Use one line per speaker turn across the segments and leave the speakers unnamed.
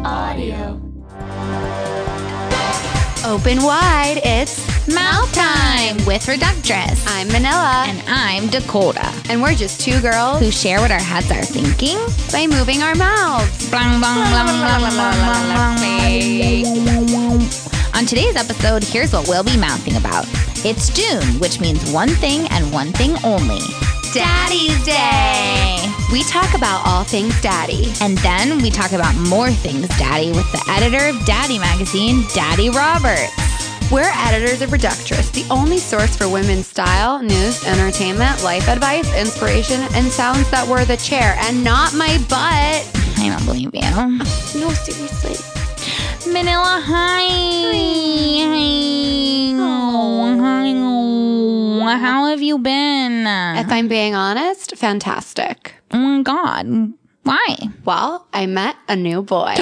Radio.
Open wide, it's
Mouth time with Reductress.
I'm Manila,
And I'm Dakota,
and we're just two girls
who share what our heads are thinking.
by moving our mouths.
Blum, blum, blum, blum, blum, blum, blum. On today's episode, here's what we'll be mouthing about. It's June, which means one thing and one thing only.
Daddy's We talk about all things daddy.
And then we talk about more things, Daddy, with the editor of Daddy Magazine, Daddy Roberts.
We're editors of Reductress, the only source for women's style, news, entertainment, life advice, inspiration, and sounds that were the chair and not my butt.
I don't believe you.
No, seriously.
Manila, hi. Hi.
Oh.
Oh, hi. How have you been?
If I'm being honest, fantastic.
oh my god. Why?
Well, I met a new boy.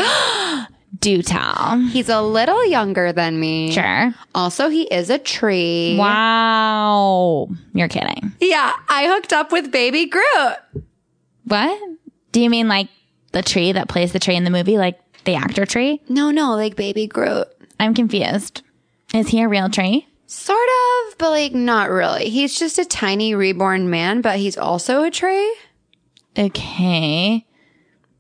Do tell.
He's a little younger than me.
Sure.
Also, he is a tree.
Wow. You're kidding.
Yeah, I hooked up with baby Groot.
What? Do you mean like the tree that plays the tree in the movie, like the actor tree?
No, no, like baby Groot.
I'm confused. Is he a real tree?
Sort of, but like not really. He's just a tiny reborn man, but he's also a tree.
Okay.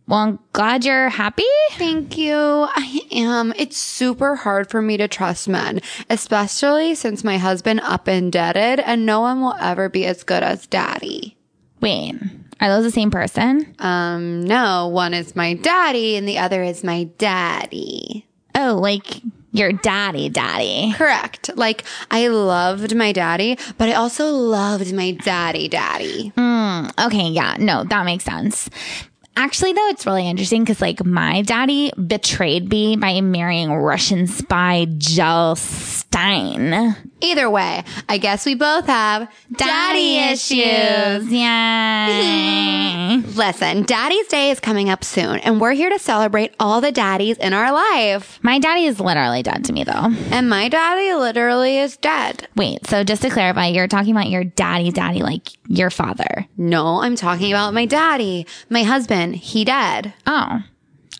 Well, I'm glad you're happy.
Thank you. I am. It's super hard for me to trust men, especially since my husband up and deaded and no one will ever be as good as daddy.
Wait, are those the same person?
Um, no, one is my daddy and the other is my daddy.
Oh, like your daddy, daddy.
Correct. Like I loved my daddy, but I also loved my daddy daddy.
Okay, yeah, no, that makes sense. Actually, though, it's really interesting because, like, my daddy betrayed me by marrying Russian spy Jill Stein.
Either way, I guess we both have daddy issues.
Yay.
Listen, Daddy's Day is coming up soon, and we're here to celebrate all the daddies in our life.
my daddy is literally dead to me, though.
And my daddy literally is dead.
Wait, so just to clarify, you're talking about your daddy, daddy, like your father.
No, I'm talking about my daddy, my husband. He dead.
Oh,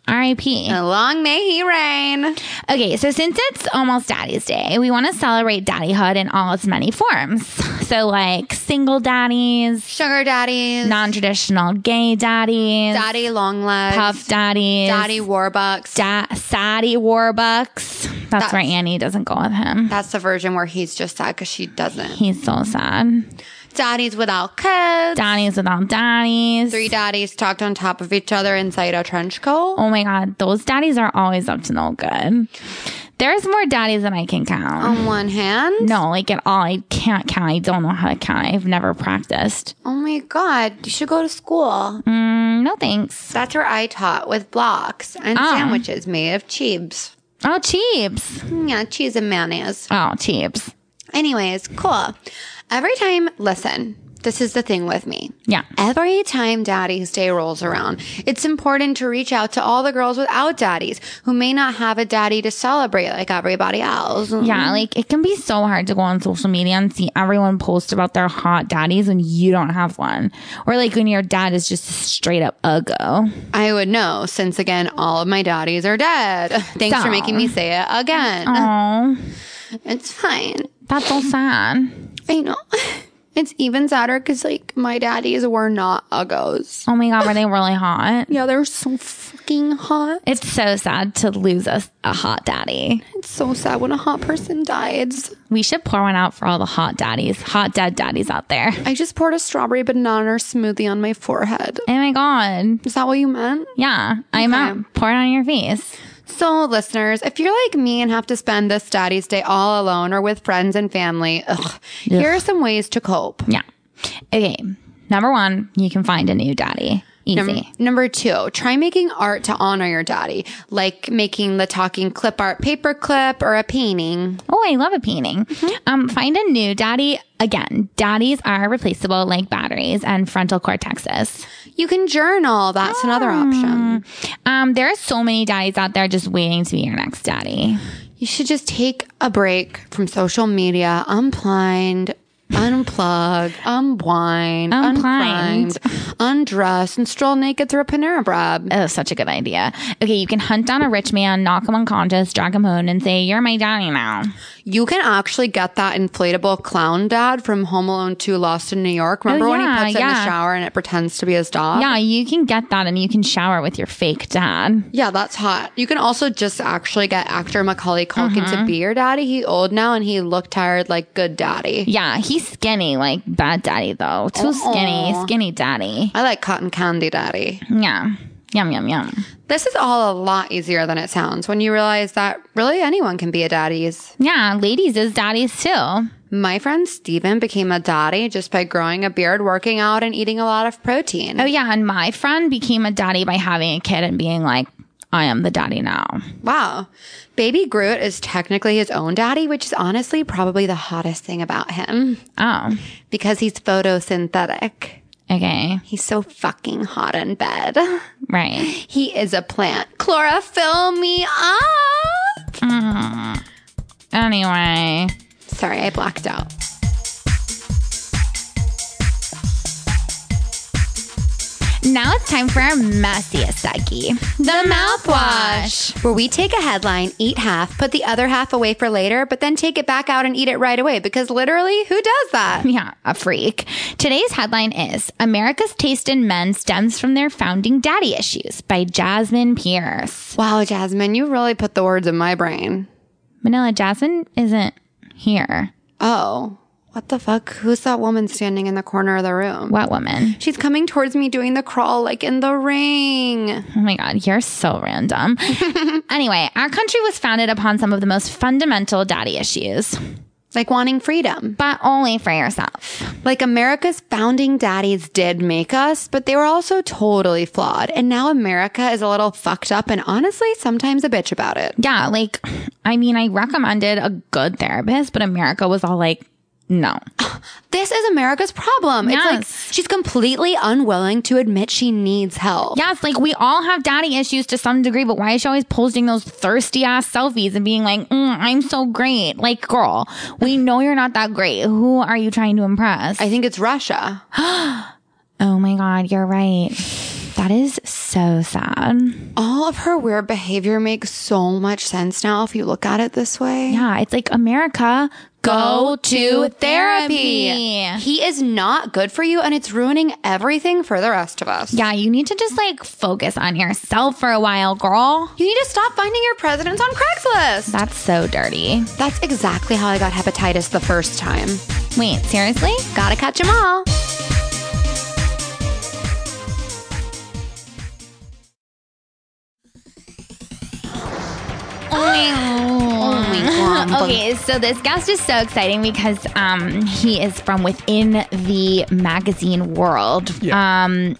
R.I.P.
And long may he reign.
Okay, so since it's almost Daddy's Day, we want to celebrate daddyhood in all its many forms. So, like single daddies,
Sugar daddies,
non traditional gay daddies,
daddy long legs,
puff daddies,
daddy warbucks.
da- saddy warbucks. That's, where Annie doesn't go with him.
That's the version where he's just sad because she doesn't.
He's so sad.
Daddies without kids.
Daddies without daddies.
Three daddies tucked on top of each other inside a trench coat.
Oh my God, those daddies are always up to no good. There's more daddies than I can count.
On one hand.
No, like at all. I can't count. I don't know how to count. I've never practiced.
Oh my God, you should go to school.
Mm, no thanks.
That's where I taught with blocks and
Ah.
sandwiches made of cheese.
Oh, cheeps.
Yeah, cheese and mayonnaise.
Oh, cheeps.
Anyways, cool. Every time, listen, this is the thing with me.
Yeah.
Every time Daddy's Day rolls around, it's important to reach out to all the girls without daddies who may not have a daddy to celebrate like everybody else.
Yeah, like it can be so hard to go on social media and see everyone post about their hot daddies when you don't have one. Or like when your dad is just a straight up uggo.
I would know since, again, all of my daddies are dead. Thanks for
Stop.
making me say it again.
Oh,
It's fine.
that's so sad.
I know. It's even sadder because, like, my daddies were not uggos.
Oh my God, were they really hot?
Yeah, they're so fucking hot.
It's so sad to lose a, a hot daddy.
It's so sad when a hot person dies.
We should pour one out for all the hot daddies, hot dad daddies out there.
I just poured a strawberry banana smoothie on my forehead.
Oh my God.
Is that what you meant?
Yeah, I'm out. Pour it on your face.
So, listeners, if you're like me and have to spend this Daddy's Day all alone or with friends and family, ugh, here are some ways to cope.
Yeah. Okay. Number one, you can find a new daddy. Easy.
Num- Number two, try making art to honor your daddy, like making the talking clip art paper clip or a painting.
oh, I love a painting. Um, find a new daddy. Again, daddies are replaceable like batteries and frontal cortexes.
You can journal. That's another option.
Um, there are so many daddies out there just waiting to be your next daddy.
You should just take a break from social media, unblind, Unplug, unwind,
Unplind.
unprimed, undress, and stroll naked through a Panera Bread.
Oh, such a good idea. Okay, you can hunt down a rich man, knock him unconscious, drag him home, and say, You're my daddy now.
You can actually get that inflatable clown dad from Home Alone 2 Lost in New York. Remember when
Oh, yeah,
he puts it in
yeah.
the shower and it pretends to be his dog?
Yeah, you can get that and you can shower with your fake dad.
Yeah, that's hot. You can also just actually get actor Macaulay Culkin
Uh-huh.
to be your daddy. He old now and he looked tired like good daddy.
Yeah, he's skinny, like bad daddy though. Too skinny, skinny daddy.
I like cotton candy daddy.
Yeah. Yum, yum, yum.
This is all a lot easier than it sounds when you realize that really anyone can be a daddy's.
Yeah, ladies is daddies too.
My friend Steven became a daddy just by growing a beard, working out, and eating a lot of protein.
Oh, yeah. And my friend became a daddy by having a kid and being like, I am the daddy now.
Wow. Baby Groot is technically his own daddy, which is honestly probably the hottest thing about him
Oh,
because he's photosynthetic.
okay.
He's so fucking hot in bed.
Right.
He is a plant. Chlora, fill me up.
Anyway.
Sorry, I blacked out.
Now it's time for our messiest ducky. The, mouthwash.
Where we take a headline, eat half, put the other half away for later, but then take it back out and eat it right away because literally, who does that?
Yeah, a freak. Today's headline is America's Taste in Men Stems from Their Founding Daddy Issues by Jasmine Pierce.
Wow, Jasmine, you really put the words in my brain.
Manila Jasmine isn't here.
Oh, what the fuck? Who's that woman standing in the corner of the room?
What woman?
She's coming towards me doing the crawl like in the ring.
Oh my God, you're so random. anyway, our country was founded upon some of the most fundamental daddy issues,
Like wanting freedom.
but only for yourself.
Like America's founding daddies did make us, but they were also totally flawed. And now America is a little fucked up and honestly sometimes a bitch about it.
Yeah, like, I mean, I recommended a good therapist, but America was all like, no.
This is America's problem. It's
Yes.
like she's completely unwilling to admit she needs help.
Yes, like we all have daddy issues to some degree, but why is she always posting those thirsty ass selfies and being like, mm, I'm so great? Like, girl, we know you're not that great. Who are you trying to impress?
I think it's Russia.
oh my God, you're right. That is so sad.
All of her weird behavior makes so much sense now if you look at it this way.
Yeah, it's like America, go, to therapy.
He is not good for you and it's ruining everything for the rest of us.
Yeah, you need to just like focus on yourself for a while, girl.
You need to stop finding your presidents on Craigslist.
That's so dirty.
That's exactly how I got hepatitis the first time.
Wait, seriously?
Gotta catch them all.
Oh
my God.
okay, so this guest is so exciting because um, he is from within the magazine world.
Yeah.
Um,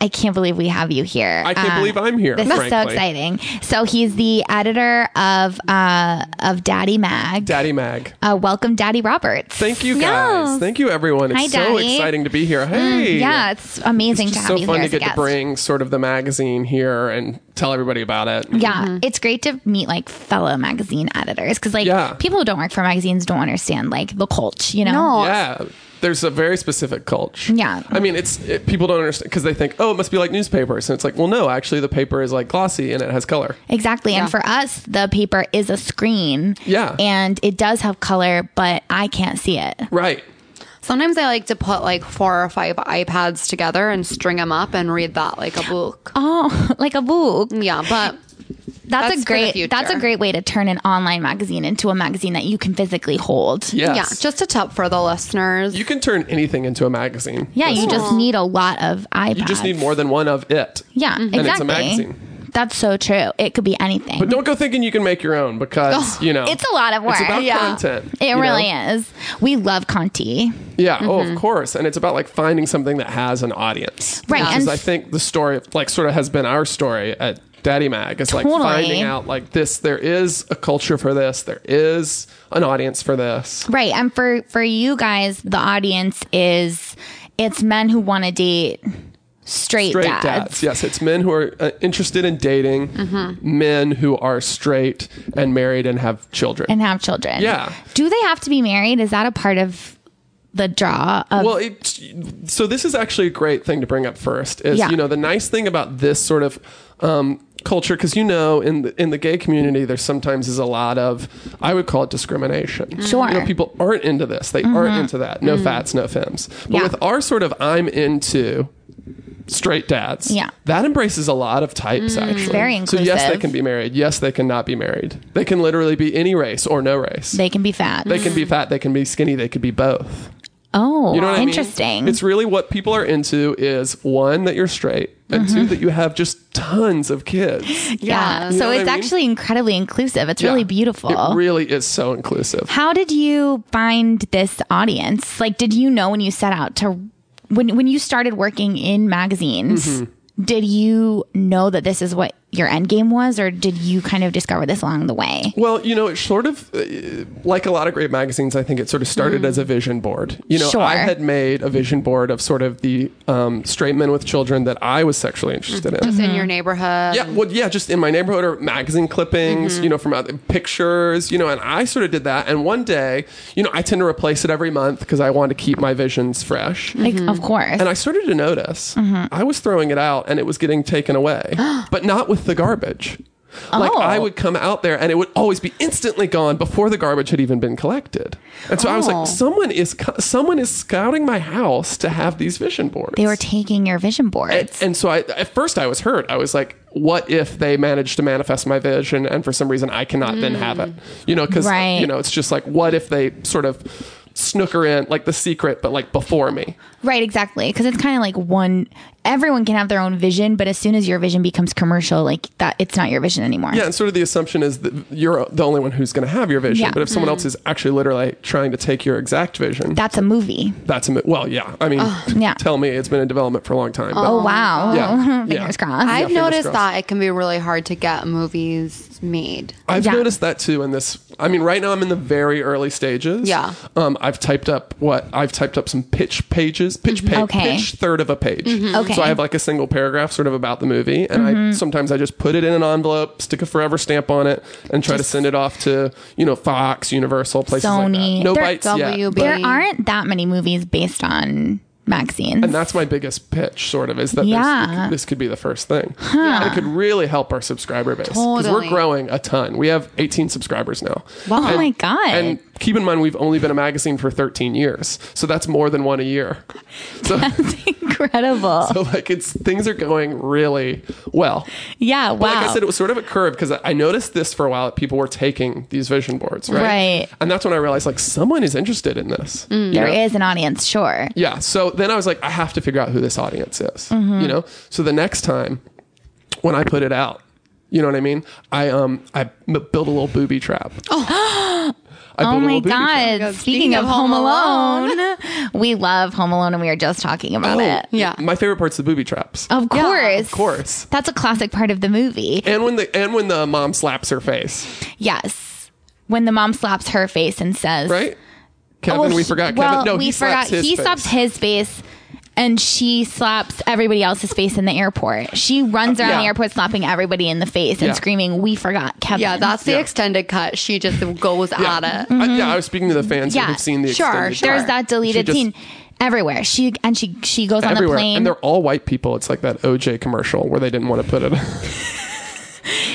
I can't believe we have you here.
I can't
Uh,
believe I'm here.
This
frankly.
is so exciting. So he's the editor of uh, of Daddy Mag.
Daddy Mag.
uh, welcome, Daddy Roberts.
Thank you guys.
Yes.
Thank you everyone. It's
Hi,
so
Daddy. Mm,
exciting to be here. Hey.
Yeah, it's amazing
It's
to have
so
you
fun
here
to
as a
get to
guest.
bring sort of the magazine here and tell everybody about it.
Yeah, it's great to meet like fellow magazine editors because like
Yeah.
people who don't work for magazines don't understand like the cult, you know?
No.
Yeah. There's a very specific culture.
Yeah.
I mean, it's it, people don't understand because they think, oh, it must be like newspapers, and it's like, well, no, actually, the paper is like glossy and it has color.
Exactly. And for us, the paper is a screen.
Yeah.
And it does have color, but I can't see it.
Right.
Sometimes I like to put like four or five iPads together and string them up and read that like a book.
Oh, like a book.
Yeah, but
That's,
That's for
a
the
great
future.
that's a great way to turn an online magazine into a magazine that you can physically hold.
Yes.
yeah, just a tip for the listeners.
you can turn anything into a magazine.
Yeah, you just need a lot of iPads.
You just need more than one of it.
Yeah, exactly.
it's a magazine.
That's so true. It could be anything.
But don't go thinking you can make your own because you know
Oh, it's a lot of work.
It's about
Yeah.
content.
It
you
really
know?
is. We love Conti.
Yeah. Oh,
Mm-hmm.
of course. And it's about like finding something that has an audience,
Right,
Which
and-
is, I think the story like sort of has been our story at Daddy Mag. It's
Totally.
like finding out like this. There is a culture for this. There is an audience for this.
Right. And for for you guys, the audience is it's men who want to date straight,
Straight
dads.
dads. Yes, it's men who are uh, interested in dating,
Mm-hmm.
men who are straight and married and have children.
And have children.
Yeah.
Do they have to be married? Is that a part of the draw of
Well, it, so this is actually a great thing to bring up first. Is
Yeah.
you know the nice thing about this sort of um, culture because you know in the, in the gay community there sometimes is a lot of I would call it discrimination.
Mm. Sure. Mm-hmm.
you know, people aren't into this. They aren't into that. No fats, no fems. But
Yeah.
with our sort of I'm into straight dads.
Yeah. Mm,
that embraces a lot of types actually.
very
So yes, they
inclusive.
can be married. Yes, they can not be married. They can literally be any race or no race.
they Mm. can be fat.
they can be fat. They can be skinny. They could be both.
oh,
You know what I
interesting.
mean? It's really what people are into is one that you're straight and two that you have just tons of kids.
yeah.
You know
So
what
Mm-hmm. it's
I mean?
actually incredibly inclusive. It's really
Yeah.
beautiful.
It really is so inclusive.
How did you find this audience? Like, did you know when you set out to when when you started working in magazines?
Mm-hmm.
Did you know that this is what your end game was, or did you kind of discover this along the way?
Well, you know, it's sort of uh, like a lot of great magazines. I think it sort of started as a vision board. You know,
Mm-hmm. Sure.
I had made a vision board of sort of the um, straight men with children that I was sexually interested
Mm-hmm.
in.
in your
Um,
neighborhood.
Yeah, well, yeah, just in my neighborhood or magazine clippings,
Mm-hmm.
you know, from other pictures, you know, and I sort of did that. And one day, you know, I tend to replace it every month because I want to keep my visions fresh.
Like, of course.
Mm-hmm. And I started to notice
Mm-hmm.
I was throwing it out and it was getting taken away, but not with the garbage. Like
Oh.
I would come out there and it would always be instantly gone before the garbage had even been collected. And so I was
Oh.
like, someone is co- someone is scouting my house to have these vision boards.
they were taking your vision
And-
boards.
and so I, at first I was hurt. I was like, what if they manage to manifest my vision and for some reason I cannot then have it? You know, because,
Right.
you know, it's just like, what if they sort of snooker in like the secret, but like before me?
right, exactly. Because it's kind of like one. Everyone can have their own vision, but as soon as your vision becomes commercial, like that, it's not your vision anymore.
Yeah, and sort of the assumption is that you're the only one who's going to have your vision.
Yeah. Mm.
But if someone else is actually literally trying to take your exact vision,
That's a movie.
that's a mi- well, yeah. I mean,
Oh, yeah.
tell me it's been in development for a long time. but-
Oh, wow.
Yeah.
Fingers
Yeah.
crossed.
I've
fingers
noticed
crossed.
that it can be really hard to get movies made.
I've
Yeah.
noticed that too in this. I mean, right now I'm in the very early stages.
Yeah.
Um, I've typed up what I've typed up some pitch pages, pitch page,
Okay. Mm-hmm.
pitch third of a page.
Okay. Mm-hmm.
So I have like a single paragraph sort of about the movie, and I sometimes I just put it in an envelope, stick a forever stamp on it, and try to send it off to you know Fox, Universal, places like
Sony.
that. No
They're
bites yet.
WB.
but-
There aren't that many movies based on magazines.
and that's my biggest pitch, sort of, is that this-
Yeah.
this could be the first thing. And it could really help our subscriber base. Because
Totally.
we're growing a ton. We have 18 subscribers now.
Wow. Oh my God.
And keep in mind, we've only been a magazine for 13 years. So that's more than one a year. So,
Incredible.
so like, it's things are going really well.
yeah. Wow.
Like I said, it was sort of a curve because I I noticed this for a while that people were taking these vision boards, right?
Right. Mm.
And that's when I realized, like, someone is interested in this. you
there
know?
is an audience, sure.
Yeah. So then I was like, I have to figure out who this audience is.
Mm-hmm.
You know. So the next time when I put it out, you know what I mean? I um I m- built a little booby trap. Oh. I built
Oh
a
my
little booby trap.
God. Speaking, of Home Alone, we love Home Alone, and we were just talking about it.
Yeah.
My favorite part's the booby traps.
Of
Yeah.
course.
Of Oh. course.
That's a classic part of the movie.
And when the and when the mom slaps her face,
Yes. When the mom slaps her face and says,
right? Kevin,
Well,
we
Oh, he-
forgot.
well,
Kevin, no,
we
he slaps
forgot.
his
he
face.
slaps his face, and she slaps everybody else's face in the airport. She runs around the
yeah.
airport slapping everybody in the face and
Yeah.
screaming, "We forgot Kevin."
Yeah, that's the
Yeah.
extended cut. She just goes at it.
I, yeah, I was speaking to the fans
Mm-hmm. yeah.
who've seen the
sure,
extended cut.
there's that deleted
She just-
scene everywhere. She and she she goes on the
everywhere,
plane.
and they're all white people. It's like that OJ commercial where they didn't want to put it.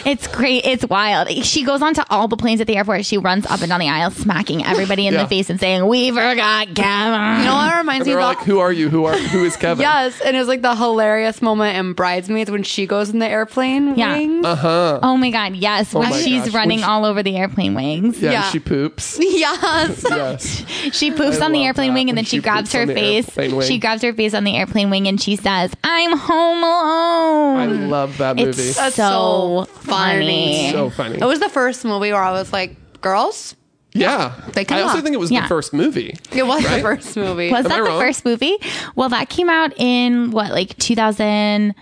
It's great. It's wild. She goes onto all the planes at the airport. She runs up and down the aisle, smacking everybody in
Yeah.
the face and saying, "We forgot Kevin."
You know what reminds
and
me
they're
of?
all like, "Who are you? Who are who is Kevin?"
Yes, and it was like the hilarious moment in Bridesmaids when she goes in the airplane
Yeah.
wing.
Uh.
oh my god! Yes, when
my
she's
gosh.
running
When she-
all over the airplane wings.
Yeah,
Yeah.
she poops.
Yes.
Yes.
She poops
I
on the
love
airplane
that
wing
when
and then she,
she
grabs
poops on
her
the
face.
airplane wing.
She grabs her face on the airplane wing and she says, "I'm home alone."
I love that movie.
Mm. It's uh,
That's
so
so
funny.
funny.
so funny.
It was the first movie where I was like, girls?
yeah.
They
I
cannot.
also think it was
Yeah.
the first movie.
It was the
Right?
first movie.
Was
Am
that
I
the
wrong?
first movie? Well, that came out in what, like 2000,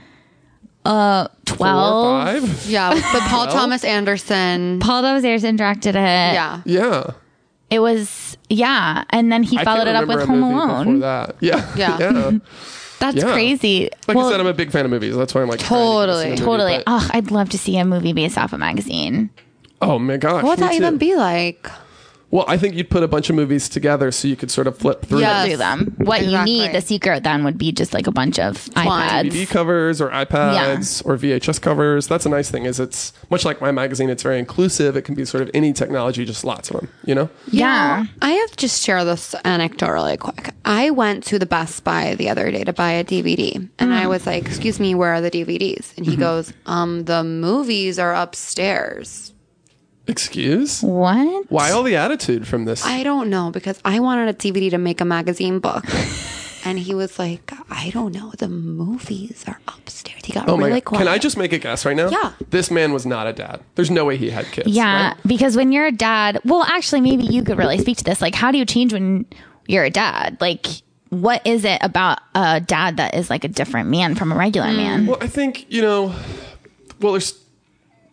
uh,
Four,
12.
five.
yeah, but Paul Thomas Anderson.
Paul Thomas Anderson directed it.
Yeah.
Yeah.
it was yeah, and then he
I
followed
can't
it up
remember
with
a
Home
movie Before
Alone.
that. Yeah.
Yeah.
That's
Yeah.
crazy.
Like
Well,
I said, I'm a big fan of movies. That's why I'm like trying to get
Totally,
this movie,
totally.
but-
Oh, I'd love to see a movie based off a magazine.
oh my gosh.
What would
me
that
too.
even be like?
Well, I think you'd put a bunch of movies together so you could sort of flip through
Yeah.
through them. What you need,
Exactly.
the secret then would be just like a bunch of
Twine.
DVD
iPads.
covers or iPads or VHS covers. That's a nice thing. Is it's much like my magazine. It's very inclusive. It can be sort of any technology, just lots of them. You know.
Yeah.
I have to just share this anecdote really quick. I went to the Best Buy the other day to buy a DVD, and I was like, "Excuse me, where are the DVDs?" And he goes, "Um, the movies are upstairs."
Excuse.
What?
Why all the attitude from this?
I don't know because I wanted a DVD to make a magazine book. And he was like, I don't know. The movies are upstairs. He got
oh my
really
god!
quiet.
Can I just make a guess right now?
Yeah.
This man was not a dad. There's no way he had kids.
Yeah,
right?
because when you're a dad, well, actually, maybe you could really speak to this. Like, how do you change when you're a dad? Like, what is it about a dad that is like a different man from a regular man?
Well, I think you know. Well, there's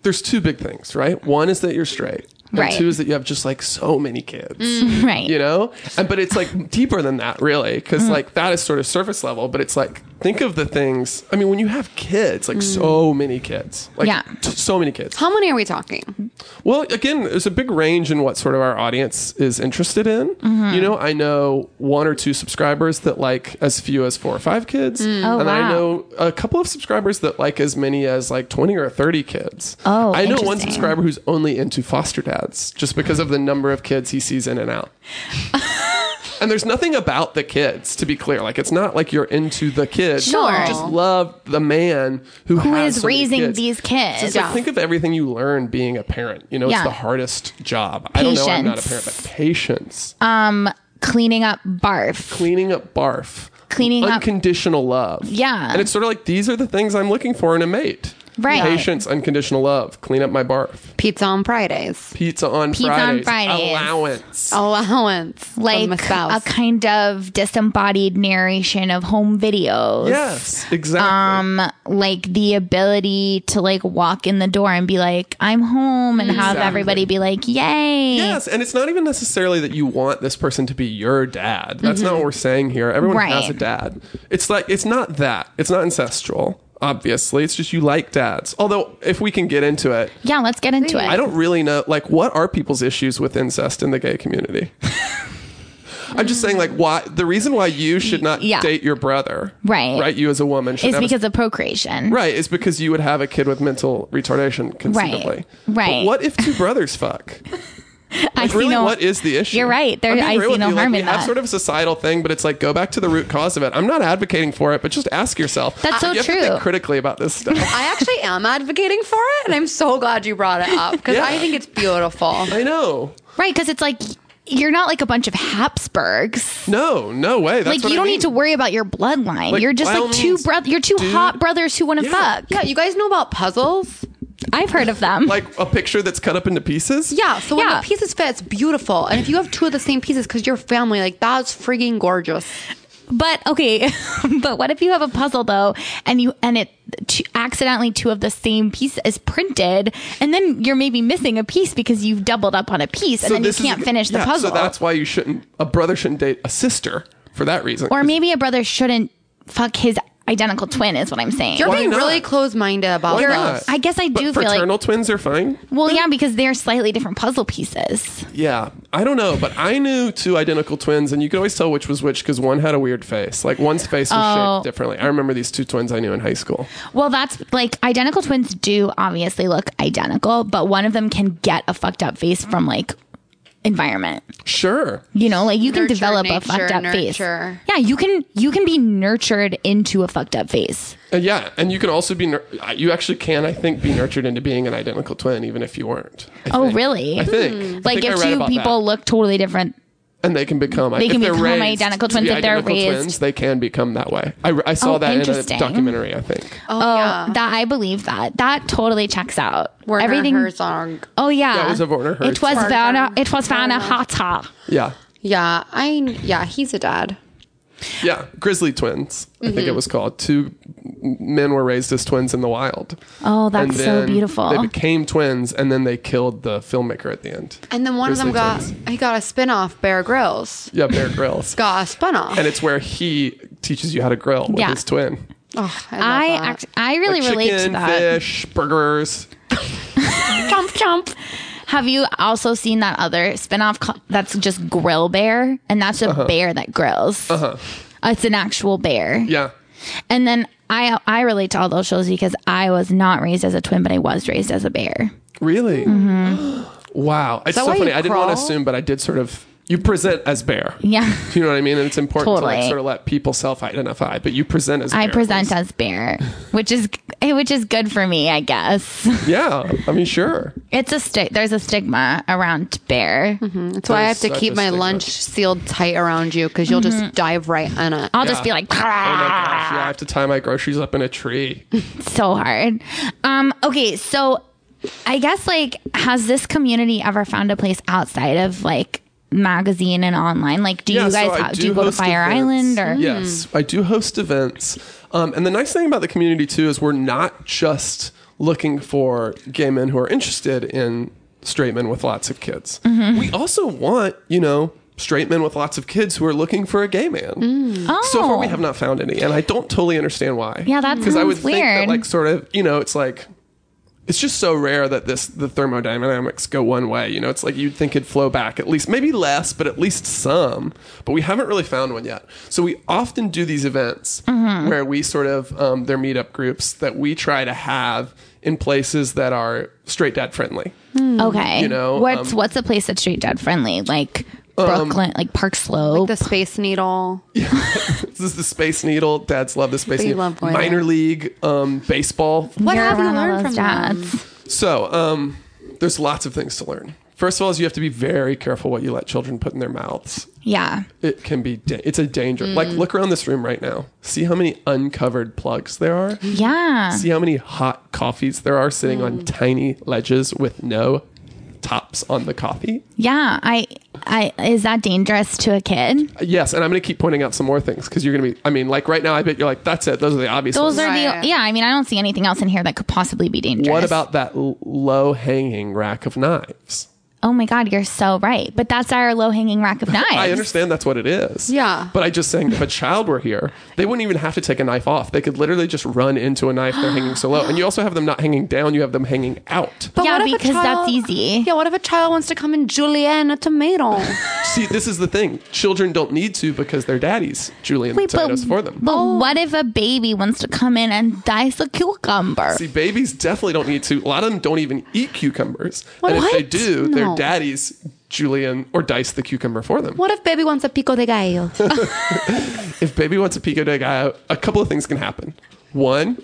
there's two big things, right? One is that you're straight. And
Right.
Two is that you have just like so many kids.
right.
you know and but it's like deeper than that really because like that is sort of surface level but it's like think of the things i mean when you have kids like so many kids like
Mm. Yeah.
t- so many kids
How many are we talking?
well again there's a big range in what sort of our audience is interested in
Mm-hmm.
you know i know one or two subscribers that like as few as four or five kids
Oh,
and i
wow.
know a couple of subscribers that like as many as like 20 or 30 kids
Oh,
i know one
interesting.
subscriber who's only into foster dads just because of the number of kids he sees in and out and there's nothing about the kids, to be clear. Like it's not like you're into the kid.
Sure.
You just love the man who,
Who
has
is
so many
raising
kids.
these
So
kids?
it's like, think of everything you learn being a parent. You know, it's
Yeah.
the hardest job. I don't know. I'm not a parent, but
Patience.
patience,
Um, cleaning up barf.
cleaning up barf,
Cleaning up-
unconditional love.
Yeah.
and it's sort of like these are the things I'm looking for in a mate.
Right.
Patience, unconditional love, clean up my barf,
Pizza on Fridays.
pizza on
Pizza
Fridays,
on Fridays.
allowance.
Allowance. from my
Like a
spouse.
kind of disembodied narration of home videos.
Yes, exactly.
um like the ability to like walk in the door and be like i'm home and have
Exactly.
everybody be like yay
Yes, and it's not even necessarily that you want this person to be your dad. That's not what we're saying here. Everyone
Mm-hmm. Right.
has a dad. It's like it's not that. It's not ancestral. Obviously, it's just you like dads. Although, if we can get into it,
yeah let's get into it
I don't really know. Like, what are people's issues with incest in the gay community? I'm just saying, like, why the reason why you should not
Yeah.
date your brother,
Right.
Right, you as a woman should
it's
have a
because of procreation
Right, it's because you would have a kid with mental retardation, conceivably.
right.
But what if two brothers fuck?
I
Like,
see
really,
no-
what is the issue?
You're right. There-
I'm being
I
real
see
with
no
you. Like,
harm
we
in
have
that.
sort of a societal thing, but it's like go back to the root cause of it. I'm not advocating for it, but just ask yourself.
That's so
you have to
true.
think critically about this stuff.
I actually am advocating for it, and I'm so glad you brought it up because
Yeah.
I think it's beautiful.
I know.
right because it's like you're not like a bunch of habsburgs
No, no way. That's
like you don't need to
work.
worry about your bloodline
Like,
you're just
by all
like two
means,
brothers you're two
dude.
hot brothers who want to
Yeah.
fuck
Yeah, you guys know about puzzles?
i've heard of them
Like a picture that's cut up into pieces.
Yeah, so when
Yeah.
the pieces fit, it's beautiful. And if you have two of the same pieces because you're family, like that's freaking gorgeous.
But okay, but what if you have a puzzle though, and you and it two, accidentally two of the same piece is printed, and then you're maybe missing a piece because you've doubled up on a piece, and then you
this is-
can't finish the
yeah,
puzzle.
So that's why you shouldn't. A brother shouldn't date a sister for that reason.
or maybe a brother shouldn't fuck his identical twin, is what I'm saying.
You're
Why
being
not?
really close minded about
Why
You're-
not?
this.
I guess I
But
do feel
fraternal
like
twins are fine.
well, yeah, because they're slightly different puzzle pieces.
Yeah, I don't know, but I knew two identical twins, and you could always tell which was which because one had a weird face. Like one's face was
Oh.
shaped differently. I remember these two twins I knew in high school.
Well, that's like identical twins do obviously look identical, but one of them can get a fucked up face from like environment.
Sure,
You know, like you can
Nurture,
develop a
nature,
fucked up face.
nurture.
Yeah, you can you can be nurtured into a fucked up face.
Uh, yeah, and you can also be nur- uh, you actually can I think be nurtured into being an identical twin even if you weren't. I
Oh,
think.
really?
I think
Hmm.
I
Like
think I
if
read
two
about
people
that.
look totally different.
and they can become
They
if
can
they're
become
raised
identical
to be
twins if they're
identical
raised.
twins, they can become that way. I, I saw
Oh,
that in a
interesting.
documentary. I think.
Oh, that I believe that. That totally checks out.
Werner
Everything.
Herzog.
Oh yeah.
That was a Werner
It was
Herzog.
Vanna. It was Vanna Hata.
Yeah,
Yeah, I yeah, he's a dad.
yeah, grizzly twins. I think it was called. Two men were raised as twins in the wild.
Oh,
And
that's so
then They
beautiful.
became twins, and then they killed the filmmaker at the end.
And then one of them
Grizzly
got
twins.
he got a spin off Bear Grylls.
yeah, Bear Grylls,
Got a spin off.
and it's where he teaches you how to grill with
Yeah.
his twin.
Oh, I,
I
love that.
act, I really relate to
Chicken,
that.
fish, burgers.
chomp chomp.
Have you also seen that other spinoff co- that's just Grill Bear? And that's a
Uh-huh.
bear that grills. Uh-huh. It's an actual bear.
Yeah.
And then I I relate to all those shows because I was not raised as a twin, but I was raised as a bear.
Really?
Mm-hmm.
Wow. It's
that
so
why
funny.
you
I didn't want to
crawl?
assume, but I did sort of. You present as bear.
Yeah.
Do you know what I mean? And it's important to like
Totally.
sort of let people self-identify, but you present as.
I
bear.
present as bear, which is eh, which is good for me, I guess.
Yeah, I mean, sure.
It's a sti- there's a stigma around bear.
Mm-hmm.
That's why I have
There's
to
such
keep
a Mm-hmm.
my
stigma.
lunch sealed tight around you because you'll just dive right on it.
I'll just be like, "Ah,"
Oh my gosh, yeah, I have to tie my groceries up in a tree.
so hard. Um, okay, so I guess like has this community ever found a place outside of like magazine and online? Like do
yeah,
you guys
so I
ha- do, you go to
host
Fire
events.
Island or Hmm.
Yes, I do host events. Um, and the nice thing about the community too is we're not just looking for gay men who are interested in straight men with lots of kids.
Mm-hmm.
We also want, you know, straight men with lots of kids who are looking for a gay man.
Oh.
So far we have not found any, and I don't totally understand why.
Yeah, that
Mm-hmm. I
sounds
would think that
weird.
like sort of, you know, it's like it's just so rare that this the thermodynamics go one way. You know, it's like you'd think it'd flow back at least, maybe less, but at least some. But we haven't really found one yet. So we often do these events where we sort of um, they're meetup groups that we try to have in places that are straight dad friendly.
Okay.
Mm-hmm. You know,
what's
um,
what's a place that's street dad friendly? Like Brooklyn, like Park Slope.
The Space Needle.
This is the Space Needle. Dads love the Space
They
Needle.
love going
Minor
there.
league um, baseball.
What
You're
have you
around all
learned
those
from them?
dads.
So, um, there's lots of things to learn. First of all, is you have to be very careful what you let children put in their mouths.
Yeah.
It can be, da- it's a danger.
Mm.
Like, look around this room right now. See how many uncovered plugs there are.
Yeah. Mm.
See how many hot coffees there are sitting on tiny ledges with no tops on the coffee.
Yeah. I I is that dangerous to a kid?
Uh, Yes, and I'm going to keep pointing out some more things because you're going to be. I mean, like right now, I bet you're like, that's it. Those are the obvious.
Those
ones.
are
Right.
the yeah, I mean I don't see anything else in here that could possibly be dangerous.
what about that l- low hanging rack of knives?
Oh my God, you're so right. But that's our low hanging rack of knives.
I understand that's what it is.
Yeah.
But I just saying, if a child were here, they wouldn't even have to take a knife off. They could literally just run into a knife. They're hanging so low, and you also have them not hanging down. You have them hanging out.
But
Yeah,
what if a
because that's
child-
easy.
Yeah, what if a child wants to come and julienne a tomato?
See, this is the thing. Children don't need to because their daddies, Julian,
Wait, but,
tomatoes for them.
but
Oh.
what if a baby wants to come in and dice a cucumber?
See, babies definitely don't need to. A lot of them don't even eat cucumbers. And if
What?
they do, their
No.
daddies, Julian, or dice the cucumber for them.
what if baby wants a pico de gallo?
If baby wants a pico de gallo, a couple of things can happen. One,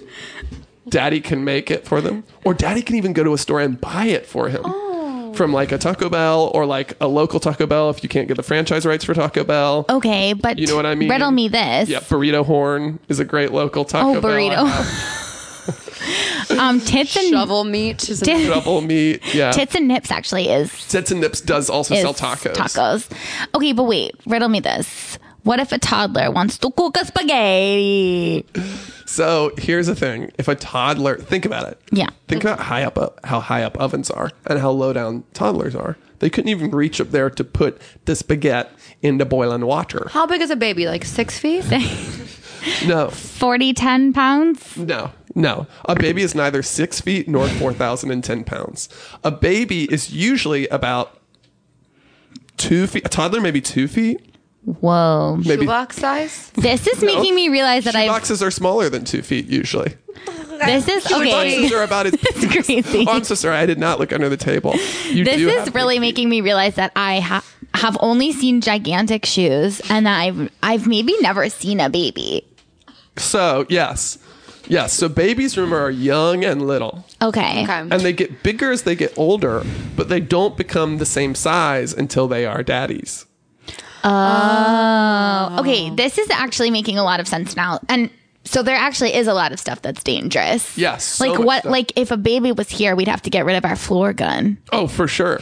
daddy can make it for them, or daddy can even go to a store and buy it for him.
Oh.
From like a Taco Bell or like a local Taco Bell if you can't get the franchise rights for Taco Bell.
Okay, but
You know what I mean?
Riddle me this.
Yeah, Burrito Horn is a great local Taco
Oh,
Bell.
burrito. um, tits and
Shovel meat. is
Did-
a-
Double meat. Yeah.
tits and nips actually is,
Tits and Nips does also
is
sell tacos.
Tacos. Okay, but wait. Riddle me this. What if a toddler wants to cook a spaghetti?
So here's the thing: if a toddler, think about it.
Yeah.
Think about high up, uh, how high up ovens are, and how low down toddlers are. They couldn't even reach up there to put the spaghetti into boiling water.
How big is a baby? Like six feet?
No,
40, 10 pounds?
no, no. A baby is neither six feet nor four thousand and ten pounds. A baby is usually about two feet. A toddler maybe two feet.
Whoa.
Maybe
Shoebox size?
This is making me realize that I've.
boxes are smaller than two feet usually.
This is okay.
Boxes are about as.
It's crazy.
Oh, I'm so sorry. I did not look under the table. You
this
do have
is really
big feet.
making me realize that I ha- have only seen gigantic shoes and that I've I've maybe never seen a baby.
So yes, yes. So babies, remember, are young and little,
Okay.
Okay.
and they get bigger as they get older, but they don't become the same size until they are daddies.
Okay, this is actually making a lot of sense now. And so there actually is a lot of stuff that's dangerous.
Yes, so
like
much
what
stuff.
like if a baby was here, we'd have to get rid of our floor gun.
Oh, for sure.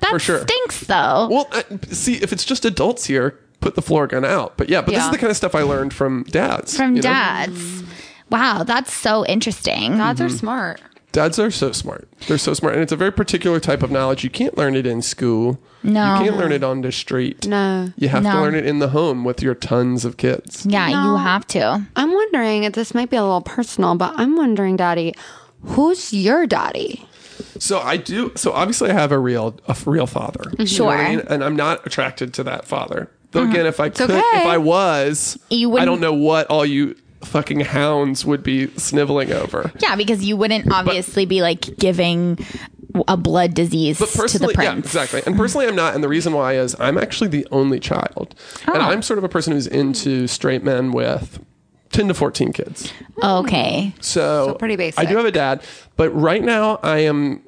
That
for sure.
stinks though.
Well, I, see, if it's just adults here, put the floor gun out. But yeah, but this is
Yeah.
the kind of stuff I learned from dads.
from
you know?
dads. Wow, that's so interesting.
Mm.
Dads
Mm-hmm.
are smart.
Dads are so smart. They're so smart, and it's a very particular type of knowledge. You can't learn it in school.
No.
you can't learn it on the street.
No.
you have to
No.
learn it in the home with your tons of kids.
yeah, you have to.
I'm wondering, this might be a little personal, but I'm wondering, Daddy, who's your daddy?
So I do. So obviously, I have a real a f- real father. You know what
Mm-hmm. Sure.
I
Mm-hmm.
mean? and I'm not attracted to that father. Though again, if I could,
okay.
if I was,
You
I
wouldn't-
don't know what all you fucking hounds would be sniveling over.
Yeah, because you wouldn't obviously be like giving a blood disease to the
personally, yeah,
prince.
exactly. And personally, I'm not. And the reason why is I'm actually the only child, and
Oh.
I'm sort of a person who's into straight men with ten to fourteen kids.
Okay.
So,
pretty basic.
I do have a dad, but right now I am,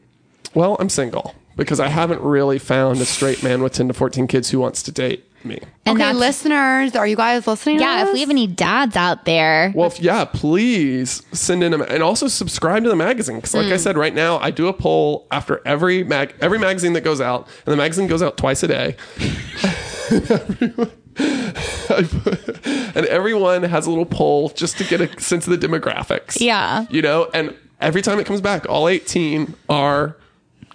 well, I'm single because I haven't really found a straight man with 10 to 14 kids who wants to date me.
And
okay,
that's-
listeners, are you guys listening? to
Yeah, if
this?
we have any dads out there,
Well, if, yeah, please send in a, and also subscribe to the magazine because, like I
Mm.
said, right now I do a poll after every mag, every magazine that goes out, and the magazine goes out twice a day. I put- and everyone has a little poll just to get a sense of the demographics.
Yeah.
you know, and every time it comes back, all eighteen are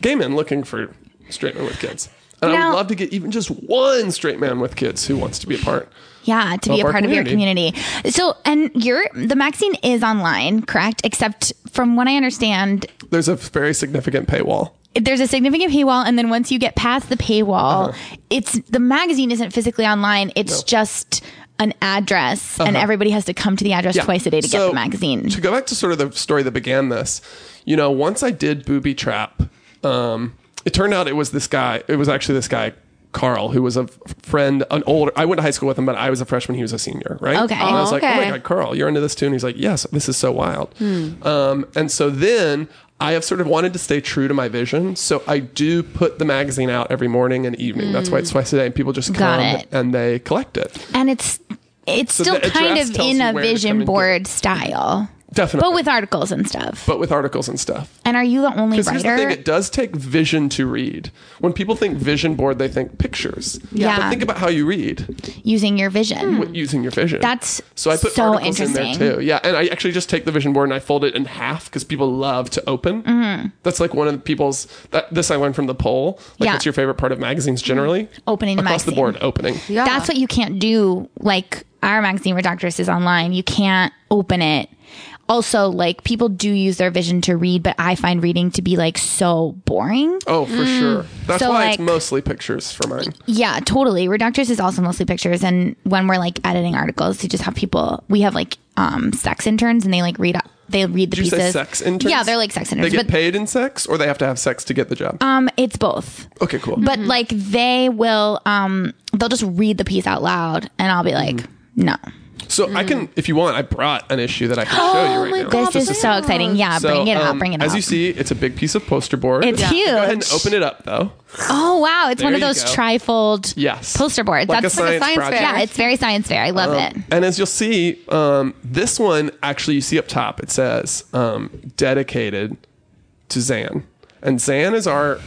gay men looking for straight men with kids. And I
Now-
would love to get even just one straight man with kids who wants to be a part.
yeah, to be a
our
part of your
community.
community. So, and your the magazine is online, correct? Except from what I understand,
There's a very significant paywall.
there's a significant paywall and then once you get past the paywall
Uh-huh.
it's the magazine isn't physically online it's just an address and everybody has to come to the address
Uh-huh. Yeah.
twice a day to get
So,
the magazine
To go back to sort of the story that began this, you know, once I did Booby Trap, um, it turned out it was this guy. It was actually this guy, Carl, who was a f- friend, an older. I went to high school with him, but I was a freshman. He was a senior, right?
Okay. Hmm.
And I was like, oh my
Okay.
god, Carl, you're into this too. And he's like, yes, this is so wild. Um, and so then. I have sort of wanted to stay true to my vision, so I do put the magazine out every morning and evening. That's why it's twice a day, and people just
Hmm. Got
come
it.
and they collect it.
and it's it's still
the
kind
address
of
tells
in
you
a
where to come and
vision
get
board style
Definitely,
but with articles and stuff
but with articles and stuff.
and are you the only
Because here's the
writer
thing, it does take vision to read. When people think vision board, they think pictures.
Yeah.
But think about how you read
using your vision
with using your vision.
That's
so I put
so
articles in
interesting.
there too. Yeah, and I actually just take the vision board and I fold it in half because people love to open.
Mm-hmm.
That's like one of the people's. That, this I learned from the poll. Like,
Yeah. Mm-hmm.
what's your favorite part of magazines generally?
Opening the
across the
magazine.
board, opening.
Yeah.
That's what you can't do. Like our magazine, Redactress, is online. You can't open it. Also, like people do use their vision to read, but I find reading to be like so boring.
Oh, for sure. That's
Mm. So,
why
like-
it's mostly pictures for mine.
Yeah, totally. Redactress is also mostly pictures. And when we're like editing articles, you just have people, we have like um sex interns and they like read, they read the
Did you
pieces.
say sex interns?
Yeah, they're like sex
They
interns.
get
But
paid in sex, or they have to have sex to get the job.
um, it's both.
okay, cool.
But like they will, um, they'll just read the piece out loud and I'll be like,
Mm-hmm.
no.
So I
Mm.
can, if you want, I brought an issue that I can show you right now.
This is so exciting. Yeah, Oh bring it out.
um,
Bring it out.
As you see, it's a big piece of poster board.
It's
Go
huge.
ahead and open it up, though.
Oh wow, it's one
There
of
you
those
go.
trifold
Yes.
poster boards.
Like
That's
a science,
science
project. Um,
fair.
yeah, it's very science fair. I love it.
And as you'll see, um, this one actually, you see up top, it says um, dedicated to Zan. And Zan is our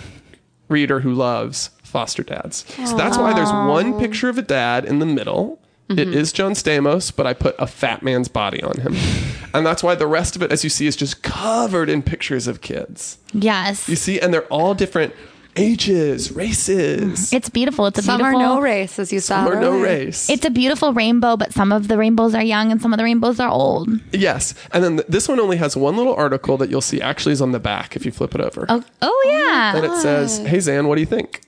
reader who loves foster dads. So that's why there's one picture of a dad in the middle. It
Mm-hmm.
is John Stamos, but I put a fat man's body on him. And that's why the rest of it, as you see, is just covered in pictures of kids.
Yes,
You see, and they're all different ages, races,
it's beautiful. It's a
Some are
beautiful.
no race, as you saw.
or no
earlier.
race.
it's a beautiful rainbow, but some of the rainbows are young and some of the rainbows are old.
yes. And then th- this one only has one little article that you'll see actually is on the back if you flip it over.
Oh, oh yeah.
And Mm-hmm. it says, Hey, Zan, what do you think?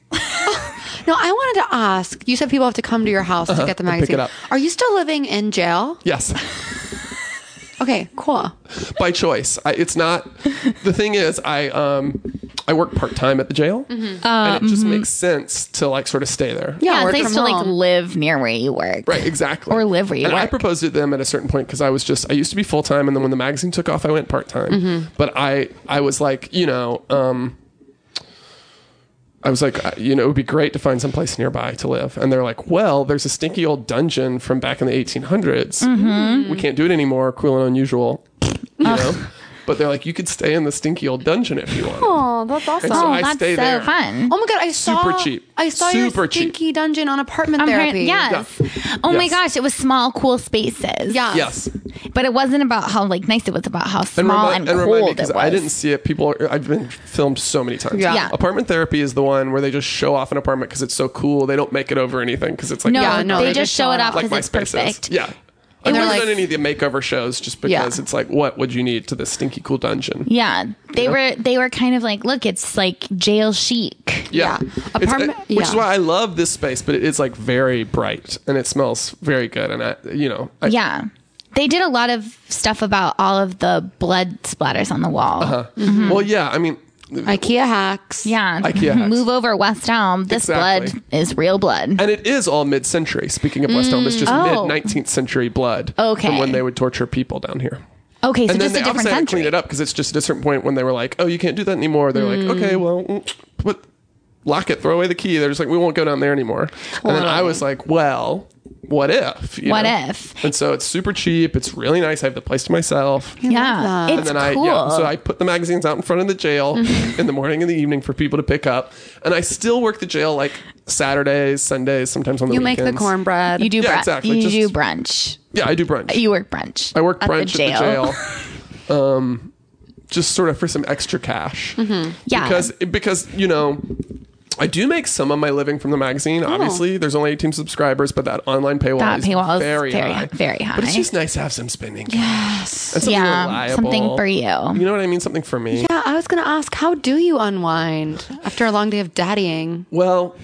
No, I wanted to ask. You said people have to come to your house to get the
Uh-huh, and pick
magazine.
it up.
Are you still living in jail?
Yes,
Okay, cool.
by choice. I, it's not. The thing is, I um, I work part time at the jail, and it just makes sense to like sort of stay there.
Yeah,
yeah,
work
it's nice
from
to like
home.
live near where you work.
Right, exactly.
Or live where you
and I
work.
proposed to them at a certain point because I was just I used to be full time, and then when the magazine took off, I went part time.
Mm-hmm.
But I I was like, you know, um, I was like, uh, you know, it would be great to find someplace nearby to live. And they're like, well, there's a stinky old dungeon from back in the 1800s.
Mm-hmm.
We can't do it anymore. Cruel and unusual, you know. But they're like, you could stay in the stinky old dungeon if you want.
Oh, that's awesome.
And so
Oh,
I
that's
stay
so
there.
fun.
Oh my god, I saw
cheap.
I saw
Super
your
cheap.
stinky dungeon on apartment
I'm hearing-
therapy.
yes. Oh my
Yes.
gosh, it was small, cool spaces.
Yes.
Yes.
But it wasn't about how like nice it was about how
And
small
remind-
and,
and remind me,
cold it
'cause
was.
I didn't see it. People, are, I've been filmed so many times.
Yeah.
Yeah.
Apartment therapy is the one where they just show off an apartment because it's so cool. They don't make it over anything because it's like
no,
Yeah, no,
they,
they
just show it off because
like my
it's
space is.
perfect.
Yeah. I've
they're
never
like-
done any of the makeover shows just
Yeah.
because it's like, what would you need to this stinky cool dungeon?
Yeah, they were they were kind of like, look, it's like jail chic.
Yeah.
Yeah.
It's-
Apartment-
uh, which is
yeah.
why I love this space, but it is like very bright and it smells very good. And I, you know, I,
Yeah. They did a lot of stuff about all of the blood splatters on the wall.
Uh-huh.
Mm-hmm.
well, yeah, I mean,
IKEA hacks.
Yeah.
Ikea hacks.
Move over West Elm. This
Exactly.
blood is real blood.
and it is all mid century. Speaking of West Elm, it's just
oh.
mid 19th century blood from
Okay.
when they would torture people down here.
Okay, so
and then
just a
they
different
obviously had to
country.
clean it up because it's just a different point when they were like, oh, you can't do that anymore. They're like, okay, well, mm, put, lock it, throw away the key. They're just like, we won't go down there anymore. And then I was like, well, what if? you
What if?
And so it's super cheap. It's really nice. I have the place to myself.
Yeah.
that.
It's
and then
cool.
I yeah, so I put the magazines out in front of the jail in the morning and the evening for people to pick up, and I still work the jail like Saturdays, Sundays, sometimes on the
You make
weekends.
the cornbread.
you do
yeah,
brunch.
exactly,
You
just-
do brunch.
Yeah, I do brunch.
You work brunch.
I work
at
brunch at the jail, um, just sort of for some extra cash.
Mm-hmm. Yeah.
because because you know. I do make some of my living from the magazine. Obviously, there's only 18 subscribers, but that online paywall,
Oh. That
is,
paywall is
very,
very-
high.
very
But it's
high.
just nice to have some spending. Yes, and something
Yeah,
reliable.
something for you.
You know what I mean? Something for me.
Yeah, I was gonna ask, how do you unwind after a long day of daddying?
Well,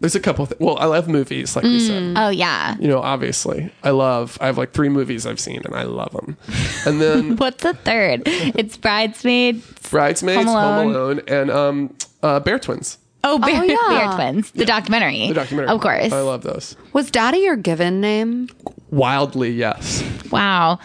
there's a couple. Th- well, I love movies, like we said.
oh yeah.
You know, obviously, I love. I have like three movies I've seen, and I love them. And then
What's the third? It's bridesmaid.
Bridesmaids,
Home
Home Alone,
Alone.
and um, uh, Bear Twins,
Oh, Bear,
yeah.
Bear Twins, the documentary.
the documentary.
Of course.
I love those.
Was daddy your given name?
Wildly, yes,
Wow.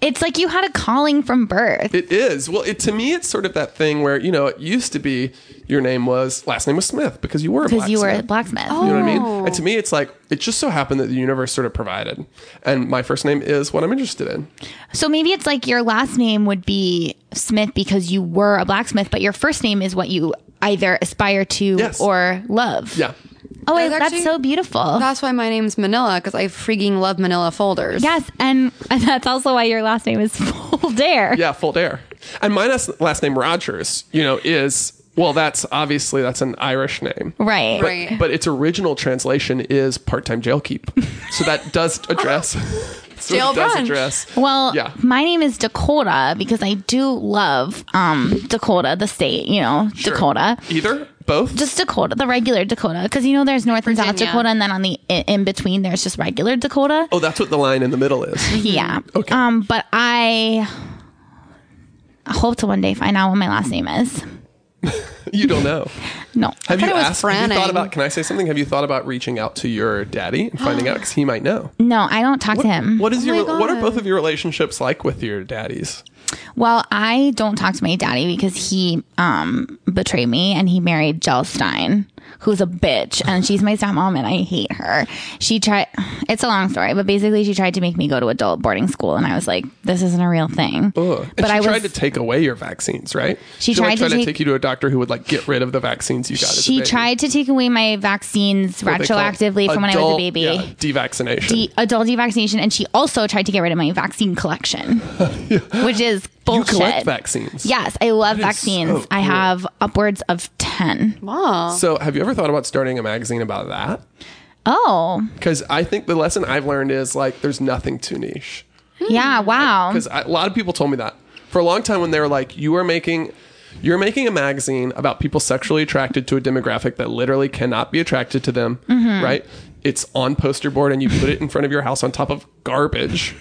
It's like you had a calling from birth.
it is. Well, it to me, it's sort of that thing where you know it used to be your name was last name was Smith because you were a
because you were a Oh.
blacksmith.
blacksmith.
You know what I mean? And to me, it's like it just so happened that the universe sort of provided, and my first name is what I'm interested in.
So maybe it's like your last name would be Smith because you were a blacksmith, but your first name is what you either aspire to
Yes.
or love.
Yeah,
Oh, I-
That's
that's
actually-
so beautiful.
That's why my name's Manila because I freaking love Manila folders.
yes, and, and that's also why your last name is Foldair.
Yeah, Foldair. And my last, last name Rogers, you know, is well, that's obviously that's an Irish name.
Right.
Right.
But its original translation is part-time jailkeep. So that does address so
Jail
it does
brunch.
address.
Well,
Yeah.
my name is Dakota because I do love um, Dakota, the state, you know, Dakota.
Either, both.
Just Dakota, the regular Dakota, because you know there's North and South
Virginia.
Dakota, and then on the in in between there's just regular Dakota.
oh, that's what the line in the middle is.
Yeah.
Mm-hmm. Okay.
Um, but I hope to one day find out what my last name is.
you don't know.
No.
Have
thought
you
it was
asked have you
Franning.
thought about can I say something? Have you thought about reaching out to your daddy and finding out cuz he might know?
No, I don't talk to him.
What is
Oh
your
my
what are
God.
both of your relationships like with your daddies?
Well, I don't talk to my daddy because he um betrayed me and he married Jill Stein, who's a bitch, and she's my stepmom and I hate her. She tried it's a long story, but basically she tried to make me go to adult boarding school and I was like, This isn't a real thing.
Ugh. And
But
she
I was
tried to take away your vaccines, right?
She tried
like,
to
tried
take-
you to a doctor who would like get rid of the vaccines you got. as a
she
baby.
tried to take away my vaccines
What they call
retroactively from when I was a
adult-
baby.
yeah, devaccination.
the adult devaccination, and she also tried to get rid of my vaccine collection, which is
you
bullshit.
collect vaccines.
Yes, I love
That is
vaccines.
so
I
cool.
have upwards of ten.
Wow.
So, have you ever thought about starting a magazine about that?
Oh,
Because I think the lesson I've learned is like, there's nothing too niche.
yeah! Wow.
Because a lot of people told me that for a long time when they were like, you are making. You're making a magazine about people sexually attracted to a demographic that literally cannot be attracted to them,
Mm-hmm.
right? It's on poster board and you put it in front of your house on top of garbage.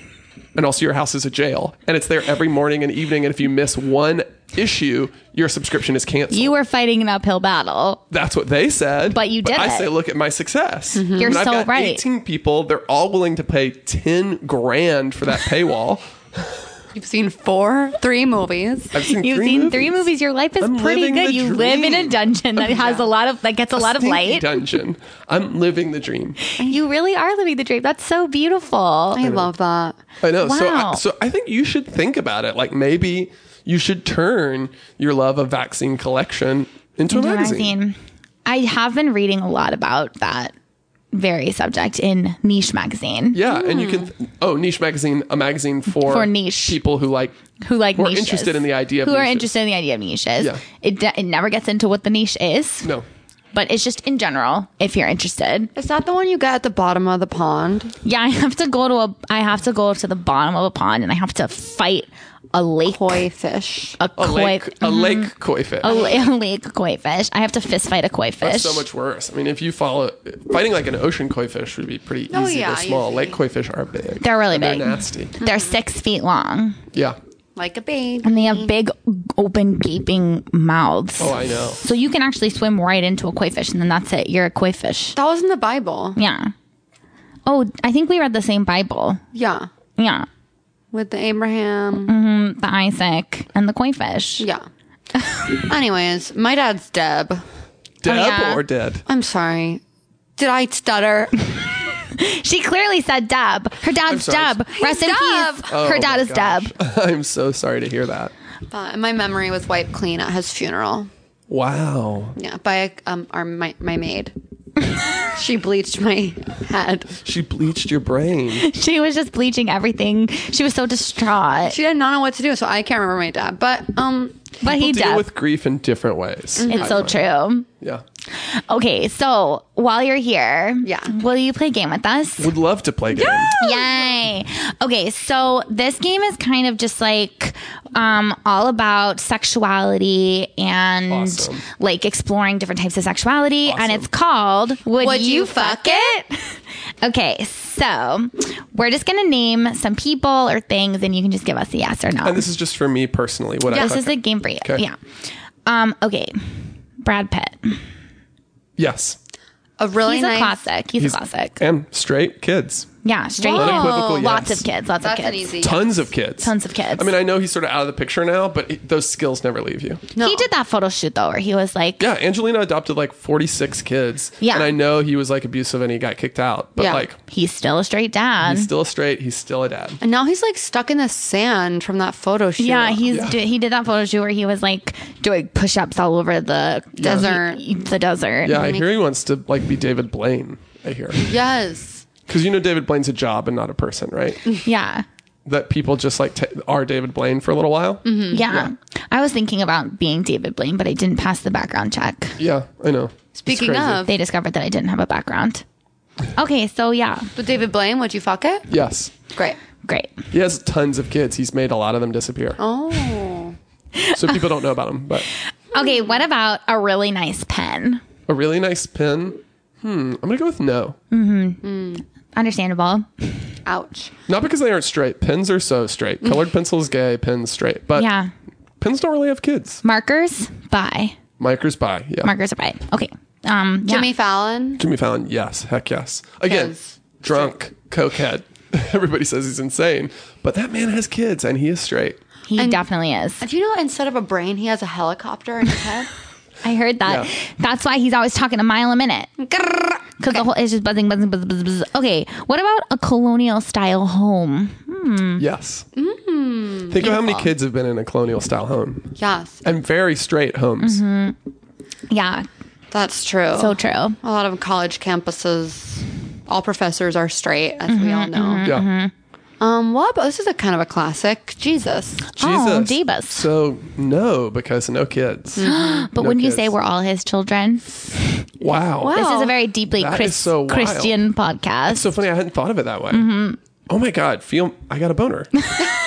And also, your house is a jail. And it's there every morning and evening. And if you miss one issue, your subscription is canceled.
You were fighting an uphill battle.
That's what they said.
But you did
I
it. Mm-hmm.
say, look at my success.
You're
And I've
so
got
right.
18 people. They're all willing to pay 10 grand for that paywall.
You've seen four, three movies.
I've seen
You've
three
seen
movies.
three movies. Your life is
I'm
pretty
living
good.
the
You live in a
dream.
dungeon that has a lot of that gets a lot of
Stinky
light.
Dungeon. I'm living the dream.
You really are living the dream. That's so beautiful.
I love that.
I know. So,
Wow.
I, so I think you should think about it. Like maybe you should turn your love of vaccine collection into,
Into
a
a
magazine.
magazine. I have been reading a lot about that very subject in Niche magazine.
Yeah, and you can. Oh, niche magazine, a magazine for
Hmm. For niche.
people who like
who like
who are
niches.
interested in the idea of
who are
niches.
interested in the idea of niches.
Yeah.
It de- it never gets into what the niche is.
No,
But it's just in general, if you're interested.
Is that the one you got at the bottom of the pond?
Yeah, I have to go to a I have to go to the bottom of a pond and I have to fight a lake
Koi fish.
a
A
koi mm-hmm.
lake, a lake koi fish.
a la- a lake koi fish. I have to fist fight a koi fish.
That's so much worse. I mean, if you follow fighting like an ocean koi fish would be pretty
Oh,
easy.
yeah,
they're small.
usually.
Lake koi fish are big.
They're really
And
big.
They're nasty.
They're six feet long
Yeah.
Like a babe.
and they have big open gaping mouths.
Oh, I know.
So you can actually swim right into a koi fish and then that's it. You're a koi fish.
That was in the Bible.
Yeah. Oh, I think we read the same Bible.
Yeah.
Yeah.
With the Abraham.
The Isaac and the koi fish.
Yeah. Anyways, my dad's Deb.
Deb
yeah.
or dead?
I'm sorry. Did I stutter?
She clearly said Deb. Her dad's
sorry. Oh
Deb. Rest in
Deb.
peace. Her dad
my
is
gosh.
Deb.
I'm so sorry to hear that.
Uh, my memory was wiped clean at his funeral.
Wow.
Yeah, by um, our my, my maid. she bleached my head.
She bleached your brain.
She was just bleaching everything. She was so distraught.
She did not know what to do, so I can't remember my dad. But um,
But he
Deal
Deb.
with grief in different ways.
it's so true.
Yeah.
Okay, so while you're here,
Yeah.
will you play a game with us?
Would love to play games.
Yay. Okay, so this game is kind of just like um, all about sexuality and
Awesome.
like exploring different types of sexuality. And
Awesome.
it's called Would,
Would
You
You
Fuck
Fuck
It? okay, so we're just going to name some people or things and you can just give us a yes or no.
And this is just for me personally. What I
this
fuck-
is a game for you.
Okay.
Yeah. Um, okay, Brad Pitt.
yes.
a really
He's a
nice.
classic. He's,
He's-
a classic.
And straight kids.
Yeah, straight.
Unequivocal yes.
Lots of kids. Lots
That's
of kids.
an easy.
Tons of kids.
Tons of kids.
I mean, I know he's sort of out of the picture now, but it, those skills never leave you.
No.
He did that photo shoot though, where he was like,
Yeah, Angelina adopted like 46 kids.
Yeah. Mm-hmm.
And I know he was like abusive and he got kicked out, but
Yeah.
like
he's still a straight dad.
he's still straight, he's still a dad.
And now he's like stuck in the sand from that photo shoot.
yeah, he's
Yeah.
Do, he did that photo shoot where he was like doing push ups all over the
Desert.
he- the desert.
Yeah, I hear he wants to like be David Blaine. I hear.
yes.
Because you know David Blaine's a job and not a person, right?
yeah,
that people just like t- are David Blaine for a little while.
Mm-hmm.
yeah. I was thinking about being David Blaine, but I didn't pass the background check.
Yeah, I know. It's
Speaking
crazy.
of,
They discovered that I didn't have a background. Okay, so yeah,
but David Blaine, would you fuck it?
Yes.
Great.
great.
He has tons of kids. He's made a lot of them disappear.
Oh.
So people don't know about him, but
Okay, what about a really nice pen?
a really nice pin. Hmm, I'm going to go with no.
Understandable.
Ouch.
Not because they aren't straight. Pins are so straight.
Mm.
Colored pencils gay, pins straight. But
Yeah,
pins don't really have kids.
markers. Bye.
Micers by. Yeah.
Markers are bye. Okay. Um, yeah.
Jimmy Fallon.
Jimmy Fallon, yes. Heck yes. Again,
Kids.
drunk, cokehead. Everybody says he's insane, but that man has kids and he is straight.
he definitely is.
Do you know instead of a brain, he has a helicopter in his head?
I heard that.
Yeah.
That's why he's always talking a mile a minute.
Grrr.
Because the whole it's just buzzing, buzzing, buzzing, buzzing, buzzing. Okay, what about a colonial style home?
Yes. Think of how many kids have been in a colonial style home
yes,
and very straight homes.
Mm-hmm, Yeah,
that's true.
so true.
a lot of college campuses, all professors are straight, as we
Mm-hmm,
all know.
Yeah.
Um, what about this is a kind of a classic Jesus.
Oh,
Jesus.
Davis.
So no, because no kids.
But
No
wouldn't you
kids.
say we're all his children?
wow.
Wow.
This is a very deeply
That is
Chris-
so wild.
Christian podcast.
It's so funny. I hadn't thought of it that way.
Mm-hmm.
Oh my God. Feel. I got a boner.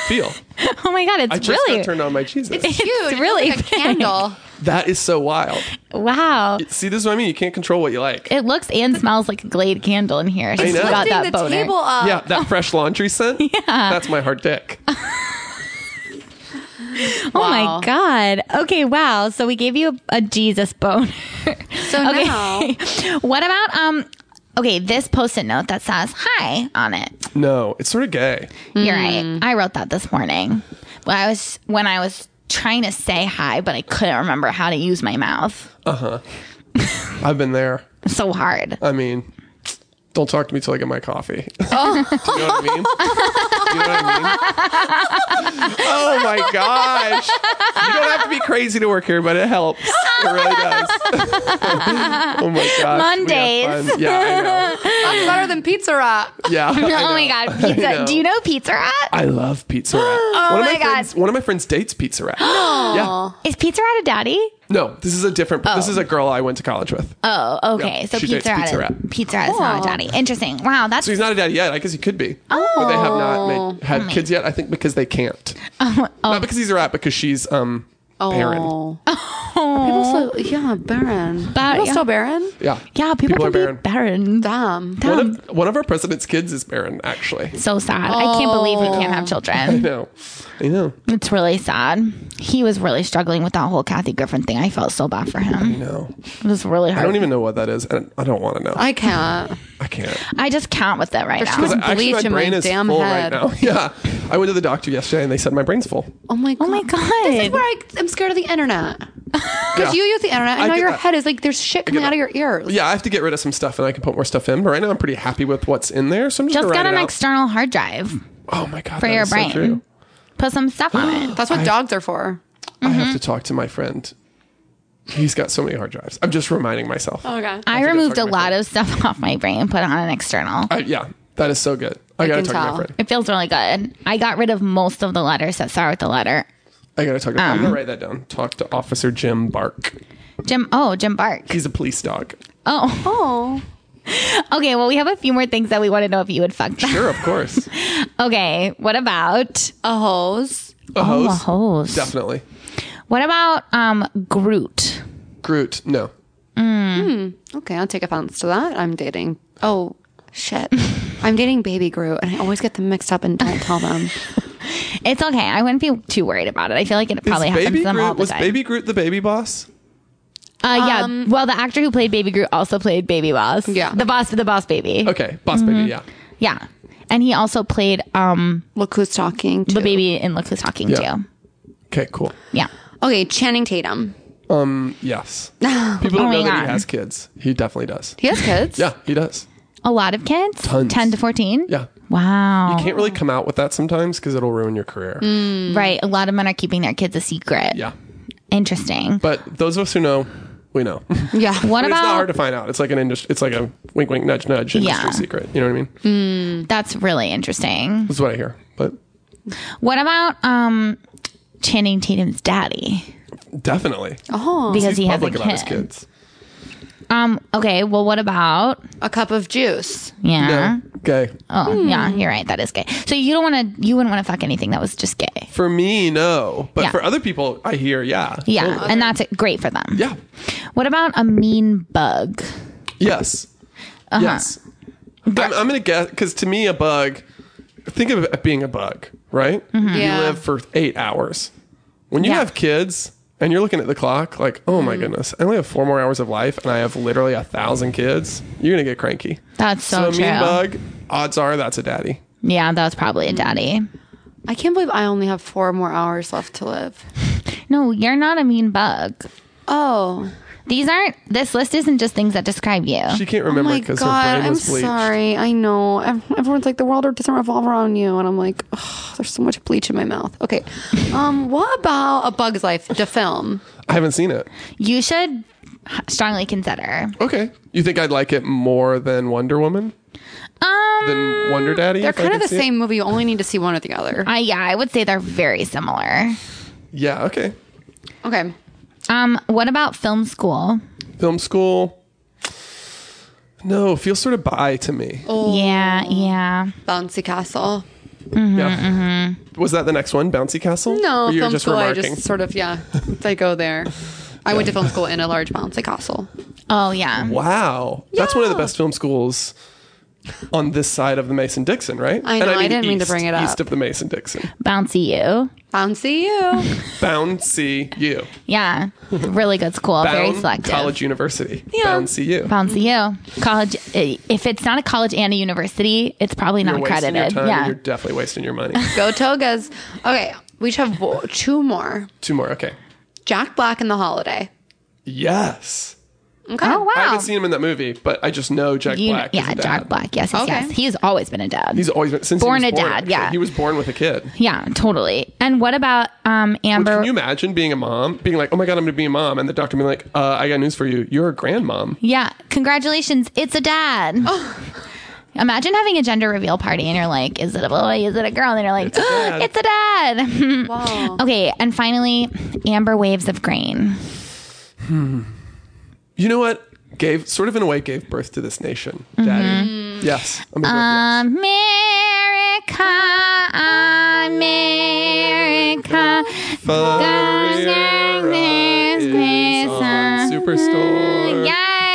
Feel.
oh my god,
I
it's
just
really
got turned on by Jesus.
Huge, it's
really
like a
big.
candle.
that is so wild.
wow.
See, this is what I mean. You can't control what you like.
It looks and smells like a Glade candle in here. She's
know.
got
Lifting
that
the
boner.
table up.
yeah, that fresh laundry scent. Yeah. That's my hard dick.
Oh
Wow.
my god. Okay, wow. So we gave you a, a Jesus boner.
So
okay.
now,
what about um? Okay, this post-it note that says "Hi" on it.
No, it's sort of gay.
You're right. I wrote that this morning. When I was when I was trying to say hi, but I couldn't remember how to use my mouth.
I've been there.
It's so hard.
I mean, don't talk to me till I get my coffee. Do you know what I mean? Do you know what I mean? Oh my gosh. You don't have to be crazy to work here, but it helps. It really does. oh my god.
Mondays.
Yeah, I know.
That's better than Pizza Rock.
Yeah. I
oh my
know.
god, pizza!
I know.
Do you know Pizza Rat?
I love Pizza Rat. oh
my God.
Friends, one of my friends dates Pizza Rat. No. Yeah.
Is Pizza Rat a daddy?
No, this is a different. This is a girl I went to college with.
Oh, okay.
Yeah,
so
she
Pizza
dates
Rat,
Pizza
is,
Rat.
Pizza Rat is not a
Cool.
daddy. Interesting. Wow, that's
So he's not a dad yet. I guess he could be. But they have
Oh.
not made,
Hmm.
had kids yet. I think because they can't. Not because he's a rat, because she's um
Oh.
barren.
People still, yeah, barren.
Bar-
people
yeah.
still barren?
Yeah.
yeah. People,
People are
can be barren.
barren.
Damn.
One of, one of our president's kids is barren, actually.
So sad. I can't believe he can't have children.
No, I know.
It's really sad. He was really struggling with that whole Kathy Griffin thing. I felt so bad for him.
No,
It was really
I
hard. I,
don't even know what that is, and I don't want to know. I,
I can't.
can't.
just can't with it right
There's
now.
too much-
Actually,
Bleach
my
in my
brain is
damn
full
head.
right now. Yeah, I went to the doctor yesterday, and they said my brain's full.
Oh my god.
Oh my
This is
god.
where I, I'm scared of the internet.
Yeah.
Because you use the internet,
I
and now
get
your
that.
head is like there's shit coming
that.
out of your ears.
Yeah, I have to get rid of some stuff, and I can put more stuff in. But right now, I'm pretty happy with what's in there. So I'm just,
just
gonna
got
write
an
it out.
external hard drive
Oh my god,
for
that
your
is so
brain.
true.
Put some stuff on it.
That's what dogs are for.
I
Mm-hmm.
have to talk to my friend. He's got so many hard drives. I'm just reminding myself.
Oh my god.
I
think I
removed a
took my
lot of stuff off my brain and put it on an external.
I, yeah, that is so good. I, gotta
can
talk to
tell.
my friend.
It feels really good. I got rid of most of the letters that start with the letter
I gotta talk. To, I'm
Um.
gonna write that down. Talk to Officer Jim Bark.
Jim. Oh, Jim Bark.
He's a police dog.
Oh,
oh.
okay. Well, we have a few more things that we want to know if you would fuck them.
Sure, of course.
Okay. What about
A hose.
A
Oh,
hose.
a hose?
Definitely.
What about um Groot?
Groot. No.
Okay, I'll take offense to that. I'm dating. Oh, shit. I'm dating Baby Groot, and I always get them mixed up and don't tell them.
It's okay. I wouldn't be too worried about it. I feel like it probably
Is
happens
Baby
to them all
Groot
the
was
time.
Baby Um, Groot the baby boss?
uh, yeah. well, the actor who played Baby Groot also played Baby Boss.
Yeah.
The boss, the boss baby.
Okay, boss
Mm-hmm.
baby. Yeah.
Yeah. And he also played um
Look who's talking.
the
too.
baby in Look Who's Talking
Yeah.
too.
Okay, cool.
Yeah.
Okay, Channing Tatum.
Um, yes. People don't
Oh
know
my
that
God.
he has kids. He definitely does.
He has kids.
Yeah, he does.
A lot of kids?
Tons.
10 to 14?
Yeah.
Wow.
Can't really come out with that sometimes because it'll ruin your career.
Mm. Right. A lot of men are keeping their kids a secret.
Yeah.
Interesting.
But those of us who know, we know.
Yeah.
what
it's not hard
about
to find out. It's like an industry. It's like a wink, wink, nudge, nudge industry
Yeah.
secret. You know what I mean?
that's really interesting.
That's what I hear. But
What about um Channing Tatum's daddy?
definitely,
Oh,
Because he has a
public about his
kid.
kids.
Um, okay, well what about
a cup of juice.
yeah.
No, Hmm. gay.
Uh-huh. Oh, yeah, you're right. That is gay. So you don't want to you wouldn't want to fuck anything that was just gay.
For me, no. But
Yeah.
for other people, I hear, yeah.
Yeah, and that's great for them.
Oh, Yeah.
What about a mean bug?
Yes.
Uh-huh.
Yes. I'm, I'm going to guess because to me, a bug, think of it being a bug, right?
Yeah.
Hmm. You live for eight hours. When
Mm-hmm. Yeah.
you
Mm-hmm.
have kids and you're looking at the clock, like, oh my goodness, I only have four more hours of life and I have literally a thousand kids, you're going to get cranky.
That's
So,
so,
a
true.
mean bug, odds are that's a daddy.
Yeah, that was probably a daddy.
I can't believe I only have four more hours left to live.
No, you're not a mean bug.
Oh,
These aren't. This list isn't just things that describe you.
She can't
oh
remember
my
because
god!
her brain
I'm
was bleached.
sorry. I know Ev- everyone's like the world doesn't revolve around you, and I'm like, oh, there's so much bleach in my mouth. Okay, um, what about a Bug's Life, the film?
I haven't seen it.
You should strongly consider.
Okay. You think I'd like it more than Wonder Woman?
Um,
Than Wonder Daddy?
They're
if I
kind of
could
the
see it?
same movie. You only need to see one or the other.
I yeah, I would say they're very similar.
Yeah, okay.
Okay.
Um, what about film school?
film school no feels sort of bi to me
Yeah, yeah.
Bouncy Castle.
yeah was that the next one bouncy castle
Mm-hmm, No,
Or you were
film
just
school. I
remarking
just sort of yeah. I go there. I went to film school in a large bouncy castle.
Oh yeah.
wow that's one of the
Yeah.
best film schools on this side of the Mason-Dixon, right?
I know, I didn't mean to bring it up.
East of the Mason-Dixon,
Bouncy you.
Bouncy you.
Bouncy U,
Yeah. Really good school. very
Bound
selective.
College University, Bouncy U.
Bouncy you. College. eh, If it's not a college and a university, it's probably
You're
not
wasting your
credited.
time. and
Yeah.
you're definitely wasting your money.
go togas. Okay, we each have wo- two more.
Two more, okay?
Jack Black and the Holiday.
Yes,
Okay.
Oh wow.
I haven't seen him in that movie, but I just know Jack
You-
Black. is
yeah,
a dad.
Jack Black. Yes, yes,
Okay.
yes. He's always been a dad.
He's always been since
Born
he was
a
born,
dad,
actually.
yeah.
he was born with a kid.
yeah, totally. And what about um Amber?
Can you imagine being a mom, being like, "Oh my god, I'm going to be a mom," and the doctor being like, uh, "I got news for you. You're a grandmom."
yeah, congratulations, it's a dad.
Oh.
Imagine having a gender reveal party and you're like, is it a boy? Is it a girl? And you're like, it's
a dad.
a dad.
Wow.
okay, and finally, amber waves of grain.
You know what? Gave sort of in a way gave birth to this nation,
Mm-hmm.
Daddy. Yes, I'm gonna go with yes.
America, America. Uh,
Ferrari
there's
is
grace
on Superstore.
Yay!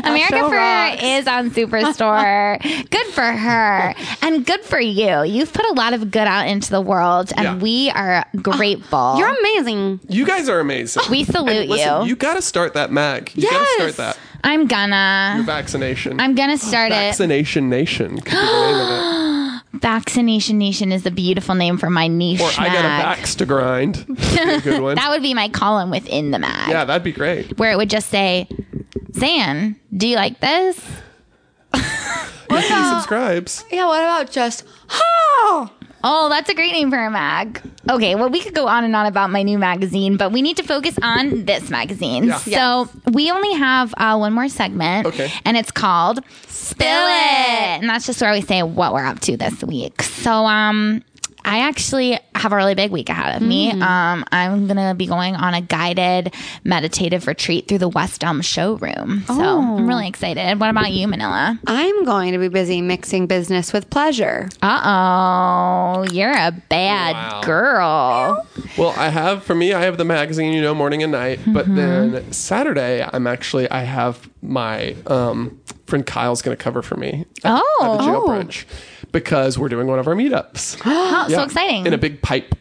America
show
Ferrera
rocks.
is on Superstore. good for her. And good for you. You've put a lot of good out into the world, and
Yeah.
we are grateful.
You're amazing.
You guys are amazing.
we salute
Listen,
you.
you got to start that mag. You got to
Yes.
start that
I'm gonna.
vaccination.
I'm gonna start it.
Vaccination Nation could be the name of it.
Vaccination Nation is the beautiful name for my niche.
Or I got a
mag.
vax to grind. That'd be a good one.
That would be my column within the mag.
yeah, that'd be great.
where it would just say, Zan, do you like this?
If he subscribes.
Yeah, what about just, oh,
Oh, that's a great name for a mag. Okay, well, we could go on and on about my new magazine, but we need to focus on this magazine.
Yeah.
So we only have uh, one more segment,
Okay.
and it's called Spill It. And that's just where we say what we're up to this week. So, um, I actually have a really big week ahead of me. Um, I'm going to be going on a guided meditative retreat through the West Elm showroom. So I'm really excited. What about you, Manila?
I'm going to be busy mixing business with pleasure.
Uh oh, you're a bad
Wow.
girl.
Well, I have for me, I have the magazine, you know, morning and night.
Mm-hmm.
But then Saturday, I'm actually I have my um, friend Kyle's going to cover for me. at- at
Oh.
the jail
Oh.
brunch because we're doing one of our meetups.
Oh,
Yeah.
so exciting.
In a big pipe.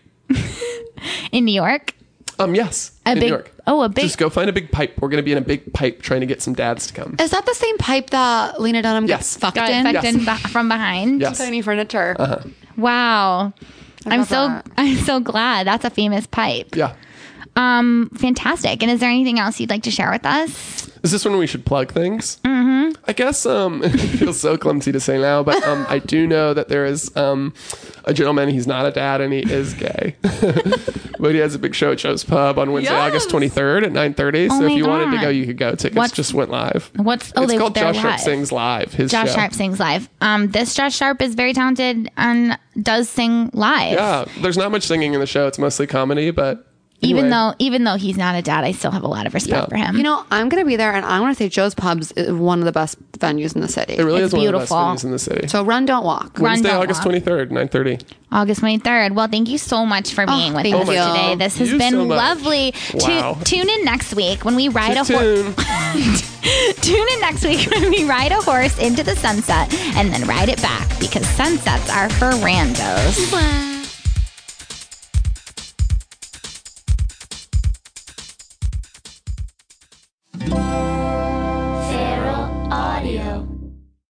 In New York?
Um, yes,
A
in
big
New York.
Oh, a big
Just go find a big pipe. We're going to be in a big pipe trying to get some dads to come.
Is that the same pipe that Lena Dunham
Yes.
gets fucked
got
in?
fucked
Yes.
in beh- from behind.
Yes. Uh-huh.
Tiny furniture.
Wow. I'm
love
so
that.
I'm so glad. That's a famous pipe.
Yeah.
Um fantastic. And is there anything else you'd like to share with us?
Is this when we should plug things? Mm-hmm. I guess um, it feels so clumsy to say now, but um, I do know that there is um, a gentleman. He's not a dad, and he is gay, but he has a big show at Joe's Pub on Wednesday,
Yes.
August twenty third at nine thirty. so
Oh my
if you wanted
God.
to go, you could go. Tickets
What's-
just went live.
What's oh
it's
they,
called
they're
Josh Sharp
live.
sings live. His
Josh
show.
Sharp sings live. Um this Josh Sharp is very talented and does sing live.
Yeah, there's not much singing in the show. It's mostly comedy, but
Even
anyway.
though even though he's not a dad, I still have a lot of respect
Yeah.
for him.
You know, I'm going to be there and I want to say Joe's Pubs is one of the best venues in the city.
it really
it's
is one
beautiful.
of the best venues in the city.
so run, don't walk.
Run,
Wednesday,
don't
August
walk.
twenty third, nine thirty.
August 23rd. Well, thank you so much for being with
Oh,
us
thank you.
today. This has
You
been
so much.
lovely. Tu-
Wow.
tune in next week when we ride a horse.
Tune.
Tune in next week when we ride a horse into the sunset and then ride it back because sunsets are for randos.
Bye.